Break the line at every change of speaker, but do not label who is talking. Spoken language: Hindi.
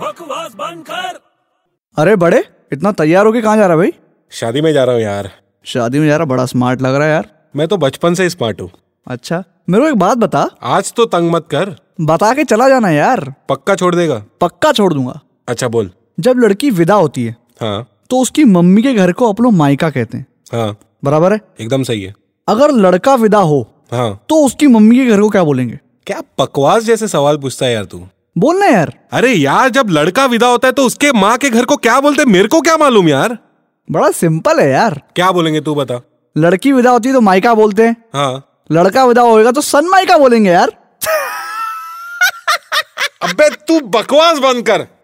बकवास बंद कर
अरे बड़े इतना तैयार होके कहाँ जा रहा है भाई
शादी में जा रहा हूँ यार
शादी में जा रहा बड़ा स्मार्ट लग रहा है यार
मैं तो बचपन से स्मार्ट हूँ
अच्छा मेरे को एक बात बता
आज तो तंग मत कर
बता के चला जाना यार
पक्का छोड़ देगा
पक्का छोड़ दूंगा
अच्छा बोल
जब लड़की विदा होती है
हाँ
तो उसकी मम्मी के घर को अपनों मायका कहते हैं
हाँ
बराबर है
एकदम सही है
अगर लड़का विदा हो
हाँ
तो उसकी मम्मी के घर को क्या बोलेंगे
क्या बकवास जैसे सवाल पूछता है यार तू
बोलना यार
अरे यार जब लड़का विदा होता है तो उसके माँ के घर को क्या बोलते हैं? मेरे को क्या मालूम यार
बड़ा सिंपल है यार
क्या बोलेंगे तू बता
लड़की विदा होती है तो मायका बोलते हैं
हाँ
लड़का विदा होएगा तो सन मायका बोलेंगे यार
अबे तू बकवास बंद कर